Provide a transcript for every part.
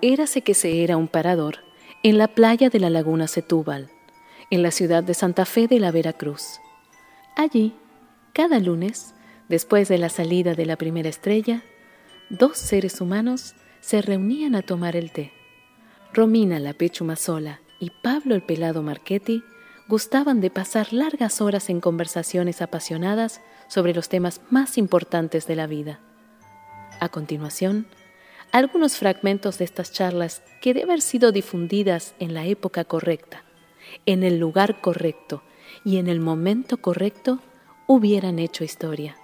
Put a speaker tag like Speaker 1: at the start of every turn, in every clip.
Speaker 1: Érase que se era un parador en la playa de la laguna Setúbal, en la ciudad de Santa Fe de la Veracruz. Allí, cada lunes, después de la salida de la primera estrella, dos seres humanos se reunían a tomar el té. Romina la Pechumazola y Pablo el Pelado Marchetti gustaban de pasar largas horas en conversaciones apasionadas sobre los temas más importantes de la vida. A continuación, algunos fragmentos de estas charlas que deben haber sido difundidas en la época correcta, en el lugar correcto y en el momento correcto hubieran hecho historia.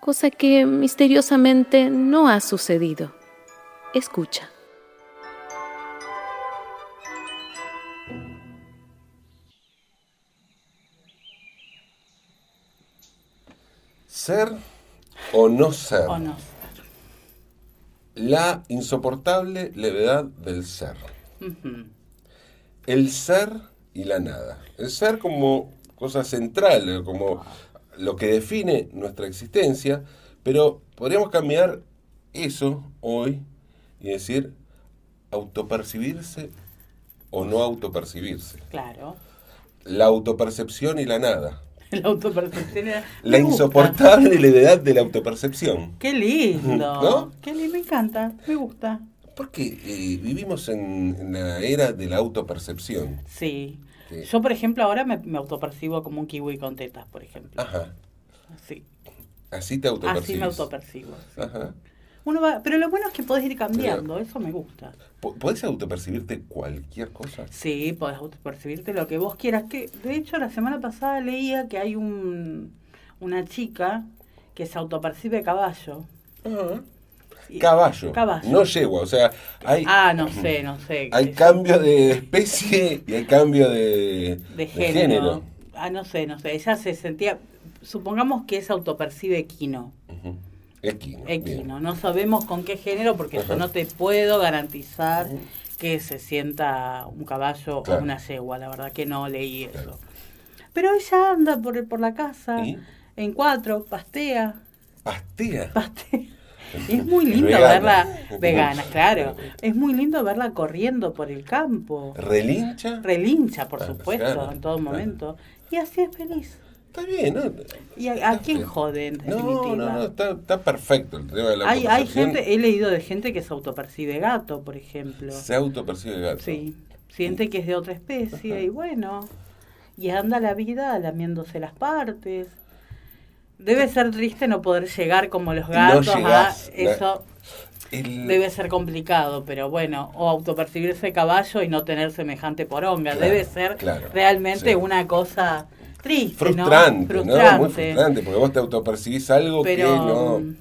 Speaker 1: Cosa que misteriosamente no ha sucedido. Escucha.
Speaker 2: Ser o no ser.
Speaker 3: o no.
Speaker 2: La insoportable levedad del ser.
Speaker 3: Ujú.
Speaker 2: El ser y la nada. El ser como cosa central, eh, como lo que define nuestra existencia, pero podríamos cambiar eso hoy y decir autopercibirse o no autopercibirse.
Speaker 3: Claro.
Speaker 2: La autopercepción y la nada.
Speaker 3: La autopercepción era.
Speaker 2: La
Speaker 3: Me gusta.
Speaker 2: insoportable levedad de la autopercepción.
Speaker 3: Qué lindo.
Speaker 2: ¿No?
Speaker 3: Qué lindo, me encanta. Me gusta.
Speaker 2: Porque eh, vivimos en, en la era de la autopercepción.
Speaker 3: Sí.
Speaker 2: Sí.
Speaker 3: Yo, por ejemplo, ahora me, me autopercibo como un kiwi con tetas, por ejemplo.
Speaker 2: Ajá.
Speaker 3: Sí.
Speaker 2: Así Ah. te autopercibes.
Speaker 3: Así me autopercibo. sí.
Speaker 2: Ajá.
Speaker 3: Uno va, pero lo bueno es que podés ir cambiando, eso me gusta.
Speaker 2: Po- ¿Podés autopercibirte cualquier cosa?
Speaker 3: Sí, podés autopercibirte lo que vos quieras. Que, de hecho, la semana pasada leía que hay un, una chica que se autopercibe caballo.
Speaker 2: Ajá.
Speaker 3: Y-
Speaker 2: Caballo.
Speaker 3: Caballo.
Speaker 2: No yegua. O sea, hay,
Speaker 3: Ah, no sé, no sé.
Speaker 2: hay
Speaker 3: qué sé
Speaker 2: cambio de especie y hay cambio de,
Speaker 3: de
Speaker 2: de
Speaker 3: género. Ah, no sé, no sé. Ella se sentía. Supongamos que es autopercibe equino.
Speaker 2: Ujú. Equino. bien.
Speaker 3: Equino. No sabemos con qué género porque yo
Speaker 2: Ajá.
Speaker 3: no te puedo garantizar que se sienta un caballo
Speaker 2: Claro.
Speaker 3: o una yegua. La verdad que no leí eso.
Speaker 2: Claro.
Speaker 3: Pero ella anda por, por la casa
Speaker 2: ¿Y?
Speaker 3: en cuatro, pastea,
Speaker 2: Pastea.
Speaker 3: pastea. Y es muy
Speaker 2: Y
Speaker 3: lindo
Speaker 2: vegana.
Speaker 3: verla vegana, claro. Es muy lindo verla corriendo por el campo.
Speaker 2: Relincha.
Speaker 3: Relincha, por
Speaker 2: Ah,
Speaker 3: supuesto,
Speaker 2: claro,
Speaker 3: en todo
Speaker 2: claro.
Speaker 3: momento. Y así es feliz.
Speaker 2: Está bien, ¿no?
Speaker 3: ¿Y a, a quién jode en
Speaker 2: No, no,
Speaker 3: definitiva?
Speaker 2: no, está, está perfecto el tema de la
Speaker 3: hay, hay
Speaker 2: autopercepción.
Speaker 3: gente, he leído de gente que se autopercibe gato, por ejemplo.
Speaker 2: Se autopercibe gato.
Speaker 3: Sí, siente que es de otra especie
Speaker 2: Ajá.
Speaker 3: y bueno, y anda la vida lamiéndose las partes. Debe ser triste no poder llegar como los
Speaker 2: No
Speaker 3: gatos, a-
Speaker 2: llegás, la-
Speaker 3: eso
Speaker 2: El-
Speaker 3: debe ser complicado, pero bueno, o autopercibirse caballo y no tener semejante poronga,
Speaker 2: Claro,
Speaker 3: debe ser
Speaker 2: claro,
Speaker 3: realmente
Speaker 2: sí.
Speaker 3: una cosa triste, ¿no?
Speaker 2: frustrante, ¿no? Muy
Speaker 3: Frustrante.
Speaker 2: frustrante, porque vos te autopercibís algo que
Speaker 3: pero,
Speaker 2: no.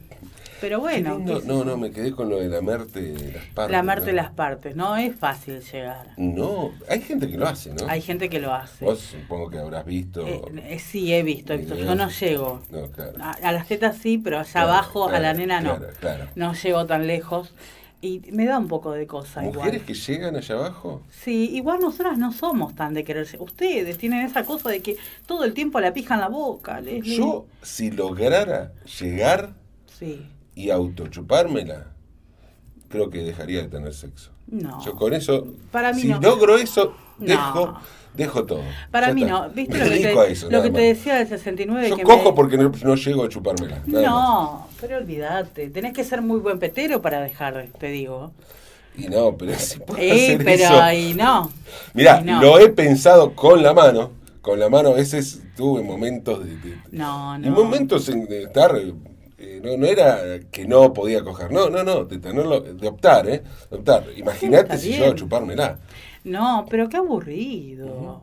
Speaker 3: pero
Speaker 2: Qué
Speaker 3: bueno,
Speaker 2: lindo.
Speaker 3: qué sé
Speaker 2: No,
Speaker 3: yo.
Speaker 2: no, me quedé con lo de lamerte las partes.
Speaker 3: lamarte
Speaker 2: ¿no?
Speaker 3: las partes, no es fácil llegar.
Speaker 2: No, hay gente que lo hace, ¿no?
Speaker 3: Hay gente que lo hace.
Speaker 2: Vos supongo que habrás visto.
Speaker 3: Eh, eh, sí, he visto, he visto. Yo no llego.
Speaker 2: No, claro.
Speaker 3: A, a las tetas sí, pero allá
Speaker 2: Claro,
Speaker 3: abajo a la
Speaker 2: claro,
Speaker 3: nena no.
Speaker 2: claro, claro.
Speaker 3: No llego tan lejos. Y me da un poco de cosa
Speaker 2: Mujeres
Speaker 3: igual.
Speaker 2: que llegan allá abajo.
Speaker 3: Sí, igual nosotras no somos tan de querer. lle- Ustedes tienen esa cosa de que todo el tiempo la pija en la boca. Leslie.
Speaker 2: Yo, si lograra llegar
Speaker 3: Sí.
Speaker 2: y autochupármela, creo que dejaría de tener sexo.
Speaker 3: No.
Speaker 2: Yo con eso,
Speaker 3: Para mí
Speaker 2: si
Speaker 3: no.
Speaker 2: logro eso,
Speaker 3: No.
Speaker 2: dejo, dejo todo.
Speaker 3: Para
Speaker 2: Ya
Speaker 3: mí
Speaker 2: está.
Speaker 3: no. ¿Viste
Speaker 2: Me
Speaker 3: lo que,
Speaker 2: dedico a
Speaker 3: te,
Speaker 2: eso,
Speaker 3: lo
Speaker 2: nada
Speaker 3: que te
Speaker 2: más.
Speaker 3: decía del 69?
Speaker 2: Yo
Speaker 3: que me-
Speaker 2: cojo porque no, no llego a chupármela. nada más.
Speaker 3: No, pero olvídate. Tenés que ser muy buen petero para dejar, te digo.
Speaker 2: Y no, pero si puedo
Speaker 3: Eh,
Speaker 2: hacer
Speaker 3: pero
Speaker 2: eso.
Speaker 3: ahí no.
Speaker 2: Mirá,
Speaker 3: y no.
Speaker 2: lo he pensado con la mano. Con la mano a veces tuve momentos de... de-
Speaker 3: No,
Speaker 2: y
Speaker 3: no.
Speaker 2: momentos en- de estar... eh, no, no era que no podía coger. No, no, no. De tenerlo... De optar, ¿eh? De optar. Imagínate
Speaker 3: está
Speaker 2: si
Speaker 3: bien.
Speaker 2: yo chupármela.
Speaker 3: No, pero qué aburrido.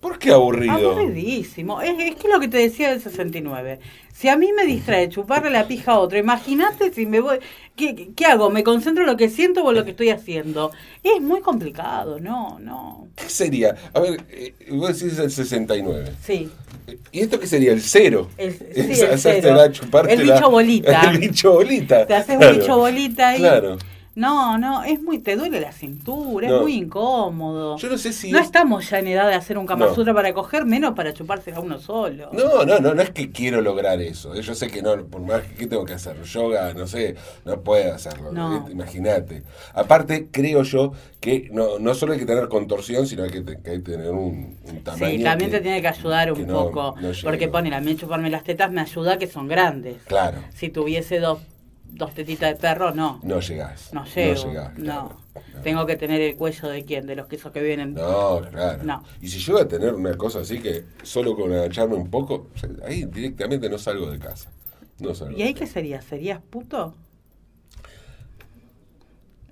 Speaker 2: ¿Por qué aburrido?
Speaker 3: Aburridísimo. Es, es que lo que te decía del 69. Si a mí me distrae chuparle la pija a otro, imagínate si me voy. ¿qué, qué- qué hago? ¿Me concentro en lo que siento o en lo que estoy haciendo? Es muy complicado. No, no.
Speaker 2: ¿Qué sería? A ver, eh, vos decís el 69.
Speaker 3: Sí.
Speaker 2: Eh, ¿Y esto qué sería? ¿El cero?
Speaker 3: El- sí, el
Speaker 2: Esa- esa
Speaker 3: cero.
Speaker 2: será chupártela-
Speaker 3: El bicho bolita.
Speaker 2: El bicho bolita.
Speaker 3: Te haces un bicho bolita y-
Speaker 2: Claro.
Speaker 3: No, no, es muy, te duele la cintura,
Speaker 2: No.
Speaker 3: es muy incómodo.
Speaker 2: Yo no sé si
Speaker 3: No
Speaker 2: es-
Speaker 3: estamos ya en edad de hacer un Kama
Speaker 2: No.
Speaker 3: Sutra para coger, menos para chupársela uno solo.
Speaker 2: No, no, no, no es que quiero lograr eso. Eh, Yo sé que no, por más que ¿qué tengo que hacer yoga, no sé, no puedo hacerlo.
Speaker 3: No.
Speaker 2: ¿eh? Imagínate. Aparte, creo yo que no, no solo hay que tener contorsión, sino que, te- que hay que tener un, un tamaño.
Speaker 3: Sí, también
Speaker 2: que-
Speaker 3: te tiene que ayudar un
Speaker 2: que no-
Speaker 3: poco.
Speaker 2: no llego.
Speaker 3: porque ponele, a mí chuparme las tetas me ayuda que son grandes.
Speaker 2: Claro,
Speaker 3: Si tuviese dos, dos tetitas de perro, no.
Speaker 2: no llegás.
Speaker 3: No llego. No,
Speaker 2: llegás, claro.
Speaker 3: Tengo que tener el cuello de quién, de los quesos que vienen.
Speaker 2: No, claro.
Speaker 3: No.
Speaker 2: Y si llego a tener una cosa así que solo con agacharme un poco, o sea, ahí directamente no salgo de casa. No salgo.
Speaker 3: ¿Y ahí
Speaker 2: de
Speaker 3: qué sería? ¿Serías puto?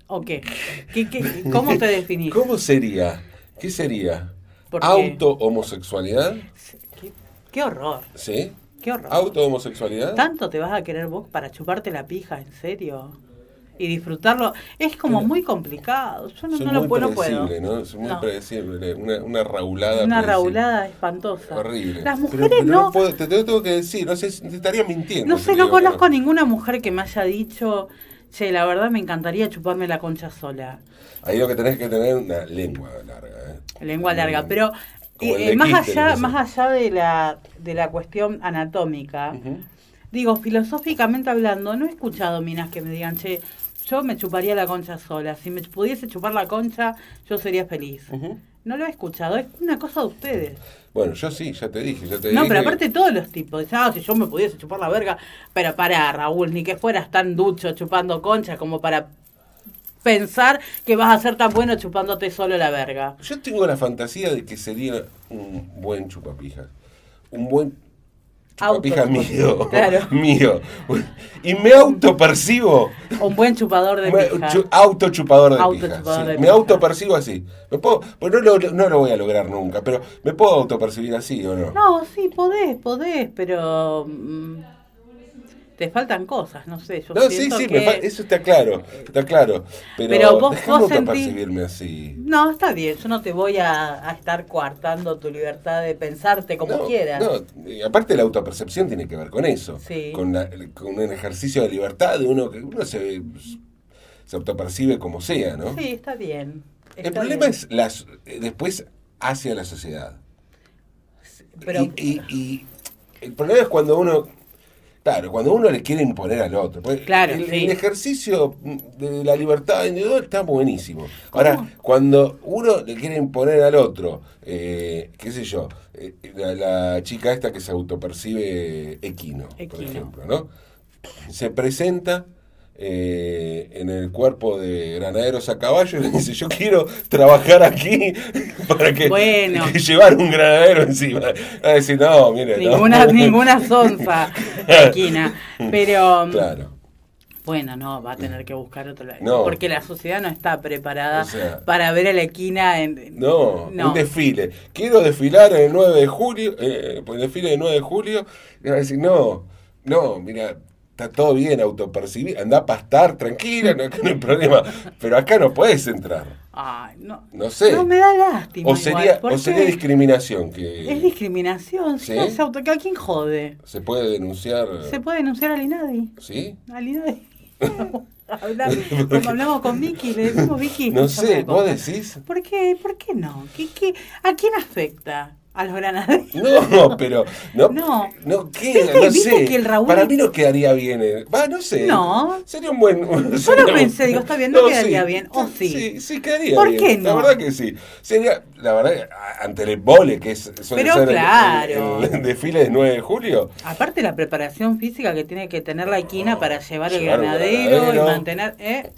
Speaker 3: ¿O qué? ¿Qué, qué- cómo te definís?
Speaker 2: ¿Cómo sería? ¿Qué sería?
Speaker 3: ¿Por qué?
Speaker 2: ¿Auto-homosexualidad?
Speaker 3: ¿Qué, qué horror,
Speaker 2: ¿Sí?
Speaker 3: qué horror.
Speaker 2: ¿Auto-homosexualidad?
Speaker 3: ¿Tanto te vas a querer vos para chuparte la pija, en serio? Y disfrutarlo. Es como muy complicado. Yo no,
Speaker 2: Soy
Speaker 3: no lo
Speaker 2: muy
Speaker 3: puedo. no puedo.
Speaker 2: predecible, ¿no? Soy muy
Speaker 3: No.
Speaker 2: predecible. Una, una raulada.
Speaker 3: Una
Speaker 2: predecible.
Speaker 3: raulada espantosa.
Speaker 2: Horrible.
Speaker 3: Las
Speaker 2: Pero-
Speaker 3: mujeres
Speaker 2: pero
Speaker 3: no.
Speaker 2: puedo- te, te tengo que decir, no sé, si- te estaría mintiendo.
Speaker 3: No
Speaker 2: si
Speaker 3: sé,
Speaker 2: te
Speaker 3: no
Speaker 2: digo que
Speaker 3: conozco ninguna mujer que me haya dicho, che, la verdad me encantaría chuparme la concha sola.
Speaker 2: Ahí lo que tenés que tener es una lengua larga. ¿eh?
Speaker 3: Lengua
Speaker 2: Mm.
Speaker 3: larga. Pero
Speaker 2: Como
Speaker 3: eh,
Speaker 2: el de
Speaker 3: eh, más
Speaker 2: Kirchner,
Speaker 3: allá,
Speaker 2: ese.
Speaker 3: más allá de la, de la cuestión anatómica,
Speaker 2: Ujú.
Speaker 3: digo, filosóficamente hablando, no he escuchado minas que me digan, che, yo me chuparía la concha sola. Si me pudiese chupar la concha, yo sería feliz.
Speaker 2: Ujú.
Speaker 3: No lo he escuchado, es una cosa de ustedes.
Speaker 2: Bueno, yo sí, ya te dije. Ya te
Speaker 3: No,
Speaker 2: dije
Speaker 3: pero
Speaker 2: que-
Speaker 3: aparte todos los tipos. Ah, si yo me pudiese chupar la verga. Pero para, Raúl, ni que fueras tan ducho chupando concha como para pensar que vas a ser tan bueno chupándote solo la verga.
Speaker 2: Yo tengo la fantasía de que sería un buen chupapijas. Un buen
Speaker 3: Auto-
Speaker 2: chupapijas mío.
Speaker 3: Claro.
Speaker 2: Mío. Y me autopercibo
Speaker 3: Un buen chupador de
Speaker 2: Me-
Speaker 3: pija.
Speaker 2: chu- autochupador de
Speaker 3: Autochupador
Speaker 2: pija, sí.
Speaker 3: de
Speaker 2: Me
Speaker 3: pija.
Speaker 2: autopercibo así. Me puedo, pues no, lo, no lo voy a lograr nunca, pero ¿me puedo autopercibir así o no?
Speaker 3: No, sí, podés, podés, pero... mm, te faltan cosas, no sé. Yo
Speaker 2: No, sí,
Speaker 3: siento
Speaker 2: sí,
Speaker 3: que...
Speaker 2: me fa- eso está claro, está claro. Pero,
Speaker 3: Pero vos-
Speaker 2: déjame
Speaker 3: vos sentí-
Speaker 2: autopercibirme así.
Speaker 3: No, está bien, yo no te voy a, a estar coartando tu libertad de pensarte como
Speaker 2: no,
Speaker 3: quieras.
Speaker 2: no, eh, aparte la autopercepción tiene que ver con eso,
Speaker 3: Sí.
Speaker 2: con, la- con un ejercicio de libertad de uno que uno se, se autopercibe como sea, ¿no?
Speaker 3: Sí, está bien.
Speaker 2: El
Speaker 3: está
Speaker 2: problema
Speaker 3: bien.
Speaker 2: es las, eh, después hacia la sociedad.
Speaker 3: Pero-
Speaker 2: Y, y- y el problema es cuando uno. Claro, cuando uno le quiere imponer al otro. Porque
Speaker 3: Claro,
Speaker 2: el,
Speaker 3: sí.
Speaker 2: el ejercicio de la libertad individual está buenísimo. Ahora, cuando uno le quiere imponer al otro, eh, qué sé yo, eh, la, la chica esta que se autopercibe equino, por
Speaker 3: Equino.
Speaker 2: ejemplo, ¿no? Se presenta eh, en el cuerpo de granaderos a caballo y le dice, yo quiero trabajar aquí para que,
Speaker 3: Bueno.
Speaker 2: que llevar un granadero encima. Va a decir, no, mire, no".
Speaker 3: Ninguna, ninguna sonza esquina. Pero mm,
Speaker 2: Claro.
Speaker 3: bueno, no, va a tener que buscar otro lado.
Speaker 2: No.
Speaker 3: Porque la sociedad no está preparada
Speaker 2: O sea,
Speaker 3: para ver a la esquina en.
Speaker 2: No,
Speaker 3: No.
Speaker 2: un desfile. Quiero desfilar el 9 de julio, eh, por el desfile del 9 de julio. Y va a decir, no, no, mira, está todo bien, autopercibir, anda a pastar, tranquila, no, acá no hay problema. Pero acá no puedes entrar.
Speaker 3: Ay, no.
Speaker 2: No sé.
Speaker 3: No me da lástima.
Speaker 2: O
Speaker 3: igual,
Speaker 2: sería, o
Speaker 3: porque
Speaker 2: sería discriminación que
Speaker 3: Es discriminación.
Speaker 2: ¿Sí?
Speaker 3: ¿Sí? se auto- ¿A quién jode?
Speaker 2: se puede denunciar.
Speaker 3: Se puede denunciar al INADI.
Speaker 2: ¿Sí?
Speaker 3: Al INADI. Habla- cuando hablamos con Vicky, le decimos Vicky.
Speaker 2: No
Speaker 3: escúchame
Speaker 2: sé,
Speaker 3: una cosa.
Speaker 2: vos decís.
Speaker 3: ¿Por qué, ¿Por qué no? ¿Qué, qué? ¿A quién afecta? ¿A los granaderos?
Speaker 2: Uh. No, pero no, no,
Speaker 3: No.
Speaker 2: queda,
Speaker 3: ¿Viste-
Speaker 2: no
Speaker 3: viste
Speaker 2: sé.
Speaker 3: que el Raúl-
Speaker 2: Para mí no quedaría bien. eh. Va, no sé.
Speaker 3: No.
Speaker 2: Sería un buen.
Speaker 3: Yo lo pensé, digo, está bien, no quedaría bien, o sí.
Speaker 2: Sí, sí quedaría
Speaker 3: ¿Por
Speaker 2: bien.
Speaker 3: qué
Speaker 2: La
Speaker 3: no?
Speaker 2: verdad que sí. Sería, la verdad, a- ante el embole que es, suele
Speaker 3: Pero
Speaker 2: ser el-
Speaker 3: claro.
Speaker 2: el, el desfile del 9 de julio.
Speaker 3: Aparte la preparación física que tiene que tener la equina para llevar el
Speaker 2: Llevar un
Speaker 3: ganadero
Speaker 2: ganadero.
Speaker 3: y mantener... ¿eh?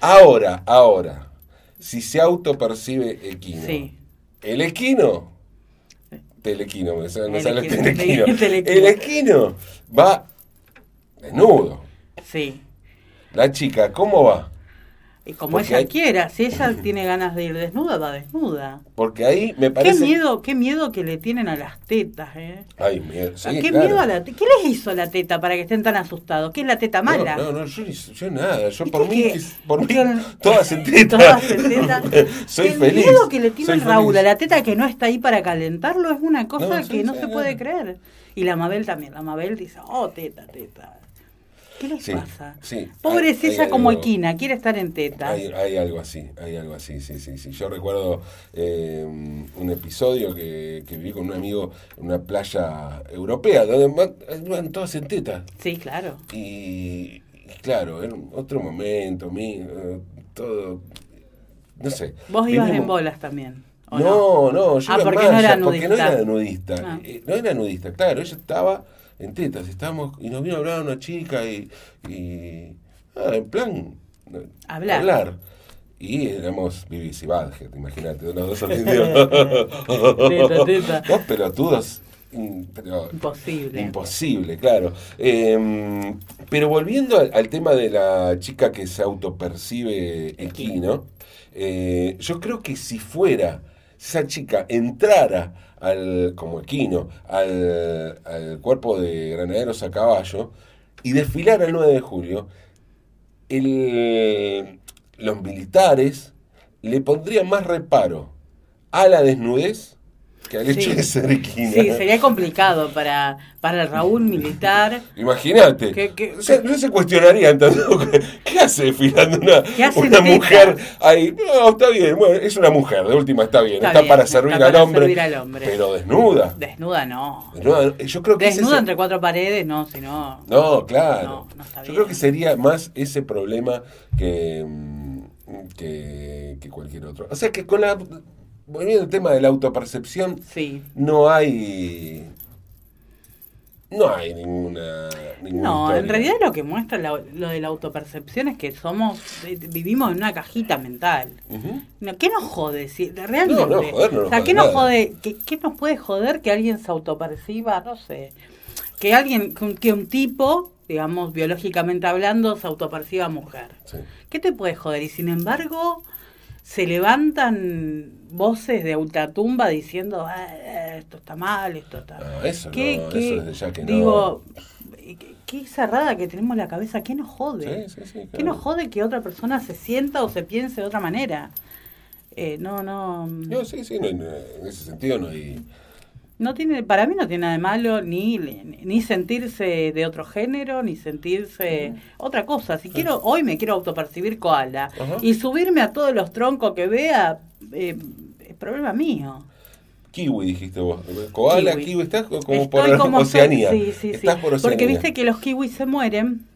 Speaker 2: Ahora, ahora, si se autopercibe equino.
Speaker 3: Sí.
Speaker 2: El equino. Telequino, me sale, me sale
Speaker 3: Telequino,
Speaker 2: telequino.
Speaker 3: telequino.
Speaker 2: El equino va desnudo.
Speaker 3: Sí.
Speaker 2: La chica, ¿cómo va?
Speaker 3: Y como
Speaker 2: Porque
Speaker 3: ella
Speaker 2: hay-
Speaker 3: quiera, si ella tiene ganas de ir desnuda, va desnuda.
Speaker 2: Porque ahí me
Speaker 3: Qué
Speaker 2: parece.
Speaker 3: miedo, qué miedo que le tienen a las tetas, ¿eh?
Speaker 2: Ay, miedo. Sí,
Speaker 3: qué
Speaker 2: claro.
Speaker 3: miedo a la te- ¿Qué les hizo la teta para que estén tan asustados? ¿Qué es la teta mala?
Speaker 2: No, no, no, yo, ni- yo nada. Yo
Speaker 3: ¿Viste
Speaker 2: por mí,
Speaker 3: que-
Speaker 2: que- por mí,
Speaker 3: que-
Speaker 2: todas en teta.
Speaker 3: Todas en teta.
Speaker 2: Soy
Speaker 3: el
Speaker 2: feliz.
Speaker 3: miedo que le tiene
Speaker 2: soy
Speaker 3: el Raúl
Speaker 2: feliz.
Speaker 3: a la teta que no está ahí para calentarlo es una cosa
Speaker 2: No, sí,
Speaker 3: que no
Speaker 2: sí,
Speaker 3: se
Speaker 2: no.
Speaker 3: puede creer. Y la Mabel también. La Mabel dice, oh, teta, teta. ¿Qué les
Speaker 2: Sí,
Speaker 3: pasa?
Speaker 2: sí.
Speaker 3: Pobre
Speaker 2: Hay-
Speaker 3: es
Speaker 2: hay
Speaker 3: ella como
Speaker 2: algo-
Speaker 3: equina, quiere estar en teta.
Speaker 2: Hay, hay algo así, hay algo así, sí, sí, sí. Yo recuerdo eh, un episodio que, que viví con un amigo en una playa europea, donde van- van todas en tetas.
Speaker 3: Sí, claro.
Speaker 2: Y, y claro, era un- otro momento, mi, eh, todo, no sé.
Speaker 3: Vos ibas
Speaker 2: Vivimos-
Speaker 3: en bolas también. ¿o
Speaker 2: No, no, yo
Speaker 3: Ah,
Speaker 2: iba en
Speaker 3: porque no
Speaker 2: malla,
Speaker 3: era
Speaker 2: porque no
Speaker 3: nudista.
Speaker 2: era nudista.
Speaker 3: Ah.
Speaker 2: Eh, no era nudista, claro, ella estaba en tetas, estábamos, y nos vino a hablar una chica y, y ah, en plan eh,
Speaker 3: Hablar.
Speaker 2: Y éramos Vivis y Badget, imagínate, los dos argentinos.
Speaker 3: Teta, teta.
Speaker 2: Dos pelotudos. mm, pero-
Speaker 3: Imposible.
Speaker 2: Imposible, claro. Eh, pero volviendo al, al tema de la chica que se autopercibe equino, eh, yo creo que si fuera, si esa chica entrara al, como equino al, al cuerpo de granaderos a caballo y desfilara el 9 de julio, el- los militares le pondrían más reparo a la desnudez que al hecho
Speaker 3: Sí.
Speaker 2: de ser equina.
Speaker 3: Sí, sería complicado para, para el Raúl militar.
Speaker 2: Imagínate.
Speaker 3: ¿Qué- qué-
Speaker 2: O sea, no se cuestionarían tanto. ¿Qué hace desfilando una,
Speaker 3: ¿Qué hace
Speaker 2: una
Speaker 3: en tetas?
Speaker 2: mujer ahí? No, está bien. Bueno, es una mujer, de última está bien. Está,
Speaker 3: Está bien,
Speaker 2: para,
Speaker 3: está
Speaker 2: servir,
Speaker 3: para
Speaker 2: al hombre,
Speaker 3: servir al hombre.
Speaker 2: Pero desnuda.
Speaker 3: Desnuda no.
Speaker 2: Desnuda, Yo creo que ese es
Speaker 3: Desnuda
Speaker 2: el-
Speaker 3: entre cuatro paredes, no, sino.
Speaker 2: No, claro.
Speaker 3: No, no está
Speaker 2: Yo
Speaker 3: bien.
Speaker 2: creo que sería más ese problema que, mm, que, que cualquier otro. O sea que con la. Volviendo al tema de la autopercepción,
Speaker 3: Sí.
Speaker 2: no hay. No hay ninguna. ninguna
Speaker 3: No, en
Speaker 2: historia.
Speaker 3: realidad lo que muestra la- lo de la autopercepción es que somos, eh, vivimos en una cajita mental.
Speaker 2: Ujú.
Speaker 3: No, ¿Qué nos jode? Si, realmente.
Speaker 2: No, no, joder, no nos
Speaker 3: o sea,
Speaker 2: jode
Speaker 3: ¿qué nos
Speaker 2: nada.
Speaker 3: jode? ¿Qué, qué nos puede joder que alguien se autoperciba? No sé. Que alguien, que un, que un tipo, digamos, biológicamente hablando, se autoperciba mujer.
Speaker 2: Sí.
Speaker 3: ¿Qué te puede joder? Y sin embargo, se levantan voces de ultratumba diciendo, "Ah, esto está mal, esto está...
Speaker 2: Ah, eso
Speaker 3: ¿Qué-
Speaker 2: no,
Speaker 3: qué?
Speaker 2: eso desde ya que no.
Speaker 3: Digo, qué- qué cerrada que tenemos la cabeza, ¿qué nos jode?
Speaker 2: Sí, sí, sí,
Speaker 3: ¿Qué
Speaker 2: claro.
Speaker 3: nos jode que otra persona se sienta o se piense de otra manera? Eh, no, no,
Speaker 2: No, sí, sí, no, no, en ese sentido no hay.
Speaker 3: no tiene, para mí no tiene nada de malo ni, ni sentirse de otro género, ni sentirse
Speaker 2: Mm.
Speaker 3: otra cosa. Si quiero, hoy me quiero autopercibir koala
Speaker 2: Ah. Ajá.
Speaker 3: y subirme a todos los troncos que vea, eh, es problema mío.
Speaker 2: Kiwi dijiste vos. Koala, kiwi,
Speaker 3: Kiwi.
Speaker 2: estás como
Speaker 3: Estoy
Speaker 2: por
Speaker 3: como-
Speaker 2: Oceanía.
Speaker 3: Sí, sí, sí.
Speaker 2: estás por Oceanía. Ah.
Speaker 3: Porque viste que los kiwis se mueren.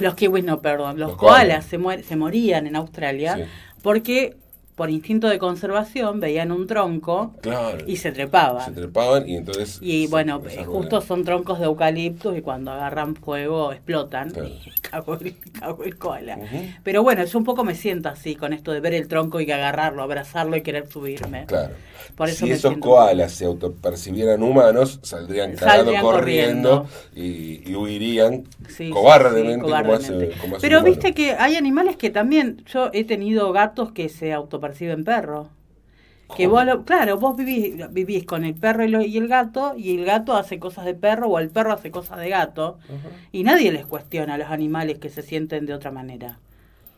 Speaker 3: Los kiwis no, perdón. Los,
Speaker 2: Los koalas.
Speaker 3: koalas, se, muer- se morían en Australia
Speaker 2: Sí.
Speaker 3: porque por instinto de conservación veían un tronco
Speaker 2: Claro.
Speaker 3: y se trepaban.
Speaker 2: se trepaban y entonces.
Speaker 3: y
Speaker 2: se-
Speaker 3: bueno,
Speaker 2: se
Speaker 3: eh,
Speaker 2: arruinan.
Speaker 3: justo son troncos de eucaliptus y cuando agarran fuego explotan.
Speaker 2: Claro.
Speaker 3: Y cagó el, cagó el koala.
Speaker 2: Ujú.
Speaker 3: Pero bueno, yo un poco me siento así con esto de ver el tronco y que agarrarlo, abrazarlo y querer subirme.
Speaker 2: Claro.
Speaker 3: ¿eh? Por eso
Speaker 2: si
Speaker 3: me
Speaker 2: esos
Speaker 3: siento-
Speaker 2: koalas se autopercibieran humanos, saldrían cagando
Speaker 3: Saldrían
Speaker 2: corriendo,
Speaker 3: corriendo.
Speaker 2: y, y huirían
Speaker 3: Sí, sí,
Speaker 2: cobardemente,
Speaker 3: sí,
Speaker 2: como hace-
Speaker 3: cobardemente.
Speaker 2: como hace
Speaker 3: Pero
Speaker 2: un humano.
Speaker 3: viste que hay animales que también, yo he tenido gatos que se autoperciben perro. Que
Speaker 2: ¿Cómo?
Speaker 3: vos lo- claro, vos vivís, vivís con el perro y, lo- y el gato, y el gato hace cosas de perro o el perro hace cosas de gato, y nadie les cuestiona a los animales que se sienten de otra manera.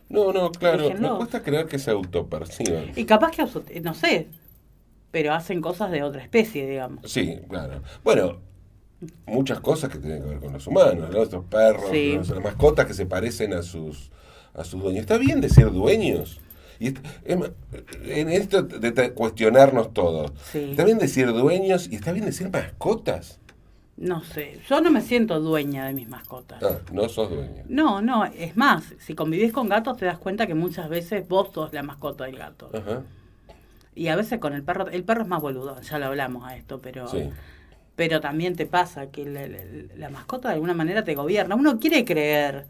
Speaker 2: No, no, claro.
Speaker 3: Déjenlo.
Speaker 2: Me cuesta creer que se autoperciban.
Speaker 3: Y capaz que, auso- eh, no sé, pero hacen cosas de otra especie, digamos.
Speaker 2: Sí, claro. Bueno, muchas cosas que tienen que ver con los humanos, ¿no? Estos perros,
Speaker 3: Sí.
Speaker 2: los- las mascotas que se parecen a sus, a sus dueños. Está bien decir dueños. Y est- es ma- en esto de ta- cuestionarnos todos.
Speaker 3: Sí.
Speaker 2: Está bien decir dueños y está bien decir mascotas.
Speaker 3: No sé, yo no me siento dueña de mis mascotas.
Speaker 2: Ah, no sos dueño.
Speaker 3: No, no, es más, si convivís con gatos te das cuenta que muchas veces vos sos la mascota del gato.
Speaker 2: Ajá.
Speaker 3: Y a veces con el perro, el perro es más boludo, ya lo hablamos a esto, pero,
Speaker 2: Sí.
Speaker 3: pero también te pasa que la, la- la mascota de alguna manera te gobierna. Uno quiere creer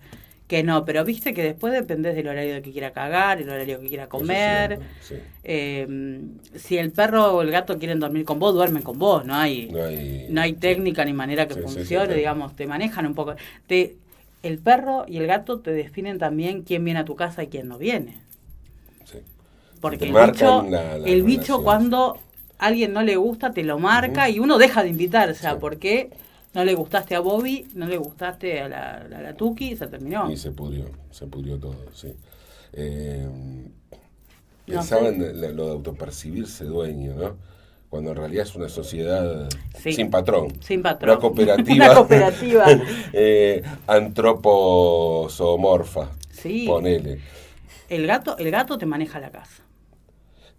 Speaker 3: que no, pero viste que después dependés del horario que quiera cagar, el horario que quiera comer.
Speaker 2: Eso es cierto,
Speaker 3: Eh, si el perro o el gato quieren dormir con vos, duermen con vos, no hay
Speaker 2: sí. No hay.
Speaker 3: no hay técnica ni manera que
Speaker 2: Sí, sí, sí,
Speaker 3: funcione,
Speaker 2: claro.
Speaker 3: digamos, te manejan un poco. Te, el perro y el gato te definen también quién viene a tu casa y quién no viene.
Speaker 2: sí. Te
Speaker 3: Porque el
Speaker 2: marcan
Speaker 3: bicho,
Speaker 2: la- la
Speaker 3: el
Speaker 2: relación.
Speaker 3: bicho cuando alguien no le gusta te lo marca y uno deja de invitar, o sea,
Speaker 2: Sí.
Speaker 3: porque no le gustaste a Bobby, no le gustaste a la, a la Tuki y se terminó.
Speaker 2: Y se pudrió, se pudrió todo, sí. Eh,
Speaker 3: No
Speaker 2: pensaba en la- lo de autopercibirse dueño, ¿no? cuando en realidad es una sociedad
Speaker 3: Sí.
Speaker 2: sin patrón.
Speaker 3: Sin patrón.
Speaker 2: Una cooperativa.
Speaker 3: Una cooperativa.
Speaker 2: eh, antroposomorfa.
Speaker 3: Sí.
Speaker 2: Ponele.
Speaker 3: El gato, el gato te maneja la casa.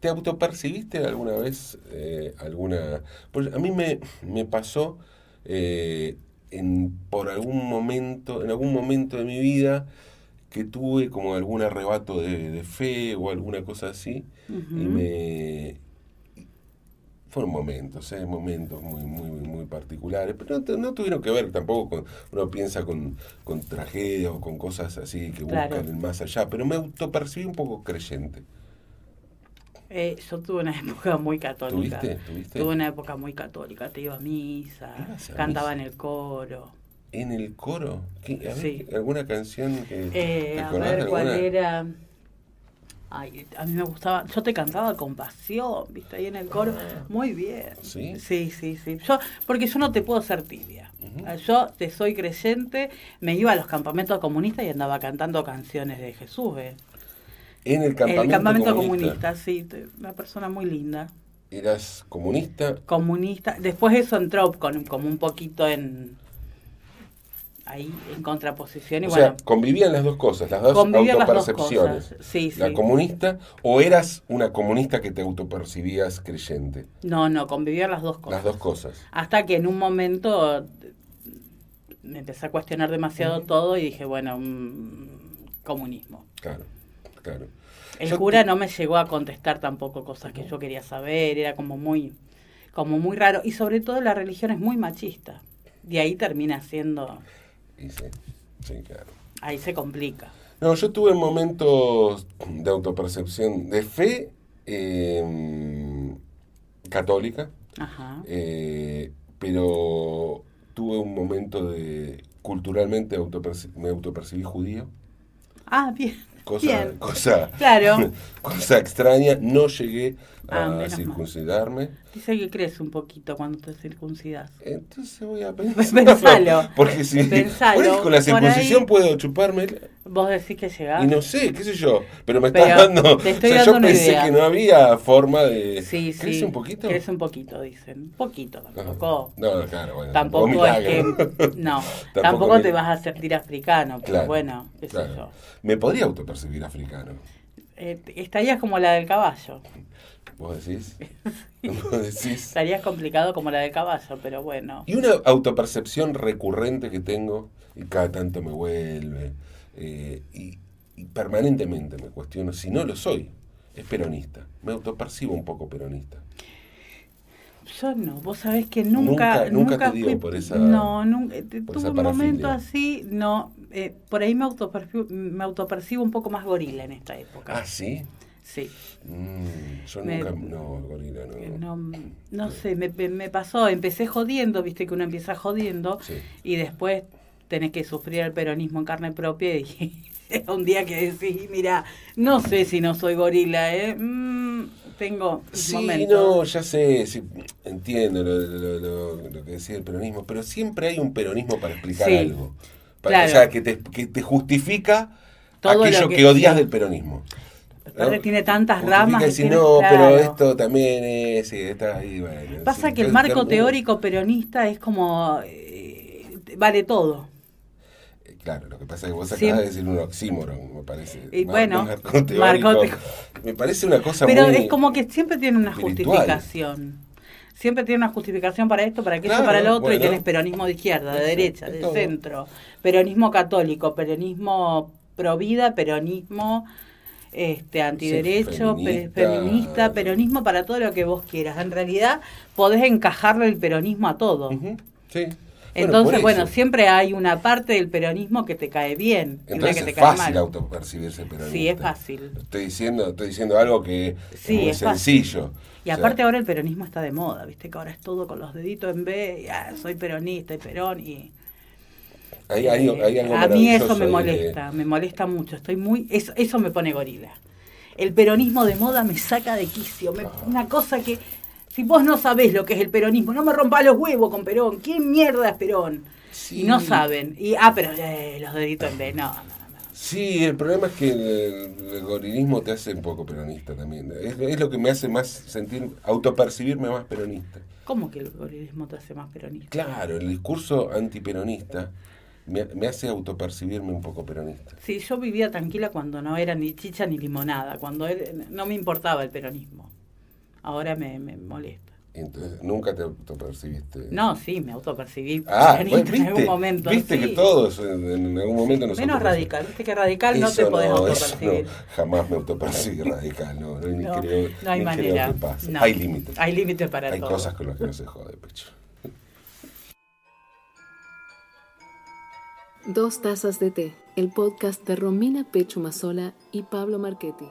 Speaker 2: ¿Te autopercibiste alguna vez eh, alguna...? Pues a mí me, me pasó eh, en, por algún momento, en algún momento de mi vida que tuve como algún arrebato de, de fe o alguna cosa así
Speaker 3: Ujú.
Speaker 2: y me... Fueron momentos, eh, momentos muy, muy, muy particulares, pero no, tu- no tuvieron que ver tampoco con, uno piensa con, con tragedias o con cosas así que
Speaker 3: Claro.
Speaker 2: buscan el más allá, pero me autopercibí un poco creyente.
Speaker 3: Eh, yo tuve una época muy católica.
Speaker 2: ¿Tuviste? ¿Tuviste?
Speaker 3: Tuve una época muy católica. Te iba a misa,
Speaker 2: Ibas a
Speaker 3: cantaba
Speaker 2: misa.
Speaker 3: en el coro.
Speaker 2: En el coro. ¿Qué? A ver,
Speaker 3: Sí.
Speaker 2: ¿Alguna canción que
Speaker 3: Eh,
Speaker 2: te
Speaker 3: a
Speaker 2: acordás de
Speaker 3: ver cuál
Speaker 2: alguna?
Speaker 3: era. Ay, a mí me gustaba. Yo te cantaba con pasión, ¿viste? Ahí en el coro. Muy bien.
Speaker 2: Ah. ¿Sí?
Speaker 3: Sí, sí, sí. Yo, porque yo no te puedo ser tibia.
Speaker 2: Ujú.
Speaker 3: Ah, Yo te soy creyente, me iba a los campamentos comunistas y andaba cantando canciones de Jesús. ¿eh?
Speaker 2: En el
Speaker 3: En
Speaker 2: campamento,
Speaker 3: el campamento
Speaker 2: comunista.
Speaker 3: comunista, sí, te- una persona muy linda.
Speaker 2: Eras comunista.
Speaker 3: comunista. Después eso entró con, como un poquito en ahí en contraposición y
Speaker 2: o
Speaker 3: bueno,
Speaker 2: sea, convivían las dos cosas, las dos
Speaker 3: Convivían las dos
Speaker 2: autopercepciones.
Speaker 3: cosas, sí,
Speaker 2: La
Speaker 3: sí.
Speaker 2: comunista o eras una comunista que te autopercibías creyente.
Speaker 3: no, no, convivían las dos cosas.
Speaker 2: Las dos cosas.
Speaker 3: Hasta que en un momento eh, me empecé a cuestionar demasiado todo y dije, bueno, mm, comunismo.
Speaker 2: Claro, claro.
Speaker 3: El
Speaker 2: Yo
Speaker 3: cura
Speaker 2: te-
Speaker 3: no me llegó a contestar tampoco cosas que yo quería saber, era como muy como muy raro y sobre todo la religión es muy machista. De ahí termina siendo
Speaker 2: y sí, sí, claro.
Speaker 3: ahí se complica.
Speaker 2: No, yo tuve momentos de autopercepción de fe eh, católica.
Speaker 3: Ajá.
Speaker 2: Eh, pero tuve un momento de culturalmente autoperci- me autopercibí judío.
Speaker 3: Ah, bien.
Speaker 2: Cosa,
Speaker 3: bien.
Speaker 2: cosa,
Speaker 3: Claro.
Speaker 2: cosa extraña. No llegué
Speaker 3: Ah,
Speaker 2: a
Speaker 3: menos mal.
Speaker 2: circuncidarme.
Speaker 3: Dice que crees un poquito cuando te circuncidas.
Speaker 2: Entonces voy a pensar.
Speaker 3: Pensalo.
Speaker 2: Porque si
Speaker 3: Pensalo.
Speaker 2: por ahí con la
Speaker 3: Por
Speaker 2: circuncisión
Speaker 3: ahí-
Speaker 2: puedo chuparme. el-
Speaker 3: Vos decís que llegás.
Speaker 2: Y no sé, qué sé yo. Pero me
Speaker 3: Pero
Speaker 2: estás dando.
Speaker 3: te estoy
Speaker 2: o sea,
Speaker 3: dando
Speaker 2: yo
Speaker 3: una
Speaker 2: pensé
Speaker 3: idea.
Speaker 2: que no había forma de.
Speaker 3: sí, sí.
Speaker 2: eh, ¿Crees un poquito?
Speaker 3: Crees un poquito, dicen. Un poquito,
Speaker 2: Ah,
Speaker 3: tampoco.
Speaker 2: No, claro, bueno.
Speaker 3: Tampoco es que.
Speaker 2: milagro.
Speaker 3: No,
Speaker 2: Tampoco
Speaker 3: tampoco,
Speaker 2: mi-
Speaker 3: te vas a sentir africano, pero
Speaker 2: Claro,
Speaker 3: bueno, qué sé
Speaker 2: claro.
Speaker 3: yo.
Speaker 2: Me podría autopercibir africano.
Speaker 3: Eh, estarías como la del caballo.
Speaker 2: ¿Vos decís? ¿Vos decís?
Speaker 3: Estarías complicado como la del caballo, pero bueno.
Speaker 2: Y una autopercepción recurrente que tengo, y cada tanto me vuelve, eh, y, y permanentemente me cuestiono si no lo soy, es peronista. Me autopercibo un poco peronista.
Speaker 3: Yo no, vos sabés que nunca,
Speaker 2: Nunca-
Speaker 3: nunca,
Speaker 2: nunca te dio
Speaker 3: fui,
Speaker 2: por esa-
Speaker 3: no, nunca, eh,
Speaker 2: por esa
Speaker 3: tuve un momento
Speaker 2: parafilia.
Speaker 3: así, no, eh, por ahí me autopercibo, me autopercibo un poco más gorila en esta época.
Speaker 2: ¿Ah, sí?
Speaker 3: Sí,
Speaker 2: Mm, yo
Speaker 3: Me-
Speaker 2: nunca. No, gorila, no.
Speaker 3: Eh, no, no sé, me, me- me pasó, empecé jodiendo, viste que uno empieza jodiendo
Speaker 2: Sí.
Speaker 3: y después tenés que sufrir el peronismo en carne propia y llega un día que decís, mira, no sé si no soy gorila, eh, mm, tengo
Speaker 2: Sí, no,
Speaker 3: momentos.
Speaker 2: ya sé, sí, entiendo lo, lo- lo- lo que decía el peronismo, pero siempre hay un peronismo para explicar
Speaker 3: Sí,
Speaker 2: algo. Para, O
Speaker 3: claro.
Speaker 2: sea, que te, que te justifica
Speaker 3: Todo lo
Speaker 2: aquello que,
Speaker 3: que-
Speaker 2: odias
Speaker 3: sí.
Speaker 2: del peronismo.
Speaker 3: Aparte
Speaker 2: ¿no?
Speaker 3: tiene tantas
Speaker 2: Justifica
Speaker 3: ramas.
Speaker 2: y
Speaker 3: que
Speaker 2: decir,
Speaker 3: tiene-
Speaker 2: no,
Speaker 3: claro.
Speaker 2: pero esto también es, sí, está ahí, bueno,
Speaker 3: Pasa
Speaker 2: sí,
Speaker 3: que el
Speaker 2: pero-
Speaker 3: marco
Speaker 2: pero-
Speaker 3: teórico peronista es como. eh, vale todo.
Speaker 2: Eh, Claro, lo que pasa es que vos acabas
Speaker 3: Siempre-
Speaker 2: de decir un oxímoron, me parece.
Speaker 3: Y
Speaker 2: Mar-
Speaker 3: bueno,
Speaker 2: marco teórico.
Speaker 3: marco te-
Speaker 2: Me parece una cosa
Speaker 3: Pero
Speaker 2: muy...
Speaker 3: es como que siempre tiene una
Speaker 2: espiritual.
Speaker 3: justificación. Siempre tiene una justificación para esto, para aquello,
Speaker 2: Claro,
Speaker 3: para lo otro. Y
Speaker 2: bueno.
Speaker 3: tenés peronismo de izquierda, de
Speaker 2: Eso,
Speaker 3: derecha,
Speaker 2: es
Speaker 3: de
Speaker 2: todo.
Speaker 3: centro, peronismo católico, peronismo provida, peronismo este antiderecho,
Speaker 2: Sí,
Speaker 3: pe-
Speaker 2: feminista.
Speaker 3: feminista, peronismo para todo lo que vos quieras. En realidad podés encajarle el peronismo a todo.
Speaker 2: Ujú, Sí.
Speaker 3: Entonces,
Speaker 2: por
Speaker 3: bueno,
Speaker 2: eso.
Speaker 3: siempre hay una parte del peronismo que te cae bien y una que
Speaker 2: Entonces
Speaker 3: te
Speaker 2: es
Speaker 3: cae
Speaker 2: fácil
Speaker 3: mal.
Speaker 2: autopercibirse peronista.
Speaker 3: Sí, es fácil.
Speaker 2: Estoy diciendo, estoy diciendo algo que
Speaker 3: Sí,
Speaker 2: es muy
Speaker 3: es fácil.
Speaker 2: sencillo.
Speaker 3: Y
Speaker 2: O sea,
Speaker 3: aparte ahora el peronismo está de moda, viste que ahora es todo con los deditos en B, y, ah, soy peronista y perón y eh,
Speaker 2: hay, hay- hay algo
Speaker 3: a mí eso
Speaker 2: maravilloso
Speaker 3: me
Speaker 2: de-
Speaker 3: molesta, me molesta mucho, estoy muy eso, eso me pone gorila. El peronismo de moda me saca de quicio,
Speaker 2: Ah.
Speaker 3: me- una cosa que si vos no sabés lo que es el peronismo, no me rompas los huevos con Perón, ¿quién mierda es Perón?
Speaker 2: Sí.
Speaker 3: Y no saben. Y ah, pero eh, los deditos en B, no, no, no.
Speaker 2: Sí, el problema es que el, el gorilismo te hace un poco peronista también. Es, es lo que me hace más sentir, autopercibirme más peronista.
Speaker 3: ¿Cómo que el gorilismo te hace más peronista?
Speaker 2: Claro, el discurso antiperonista me, me hace autopercibirme un poco peronista.
Speaker 3: Sí, yo vivía tranquila cuando no era ni chicha ni limonada, cuando era- no me importaba el peronismo. Ahora me, me molesta.
Speaker 2: Entonces, nunca te autopercibiste.
Speaker 3: No, sí, me autopercibí
Speaker 2: Ah,
Speaker 3: peronista
Speaker 2: bueno, viste,
Speaker 3: en algún momento.
Speaker 2: viste
Speaker 3: sí.
Speaker 2: que todos en, en algún momento nos
Speaker 3: Menos
Speaker 2: autopercibimos.
Speaker 3: radical, viste que radical no
Speaker 2: Eso
Speaker 3: te podés
Speaker 2: eso
Speaker 3: autopercibir.
Speaker 2: no, jamás me autopercibí radical, no, no, ni
Speaker 3: No,
Speaker 2: creo,
Speaker 3: no hay
Speaker 2: ni creo
Speaker 3: manera.
Speaker 2: que pase.
Speaker 3: No,
Speaker 2: hay límites.
Speaker 3: Hay límites para
Speaker 2: Hay
Speaker 3: todo.
Speaker 2: cosas con las que no se jode, pecho.
Speaker 1: Dos tazas de té, el podcast de Romina Pechumazola y Pablo Marchetti.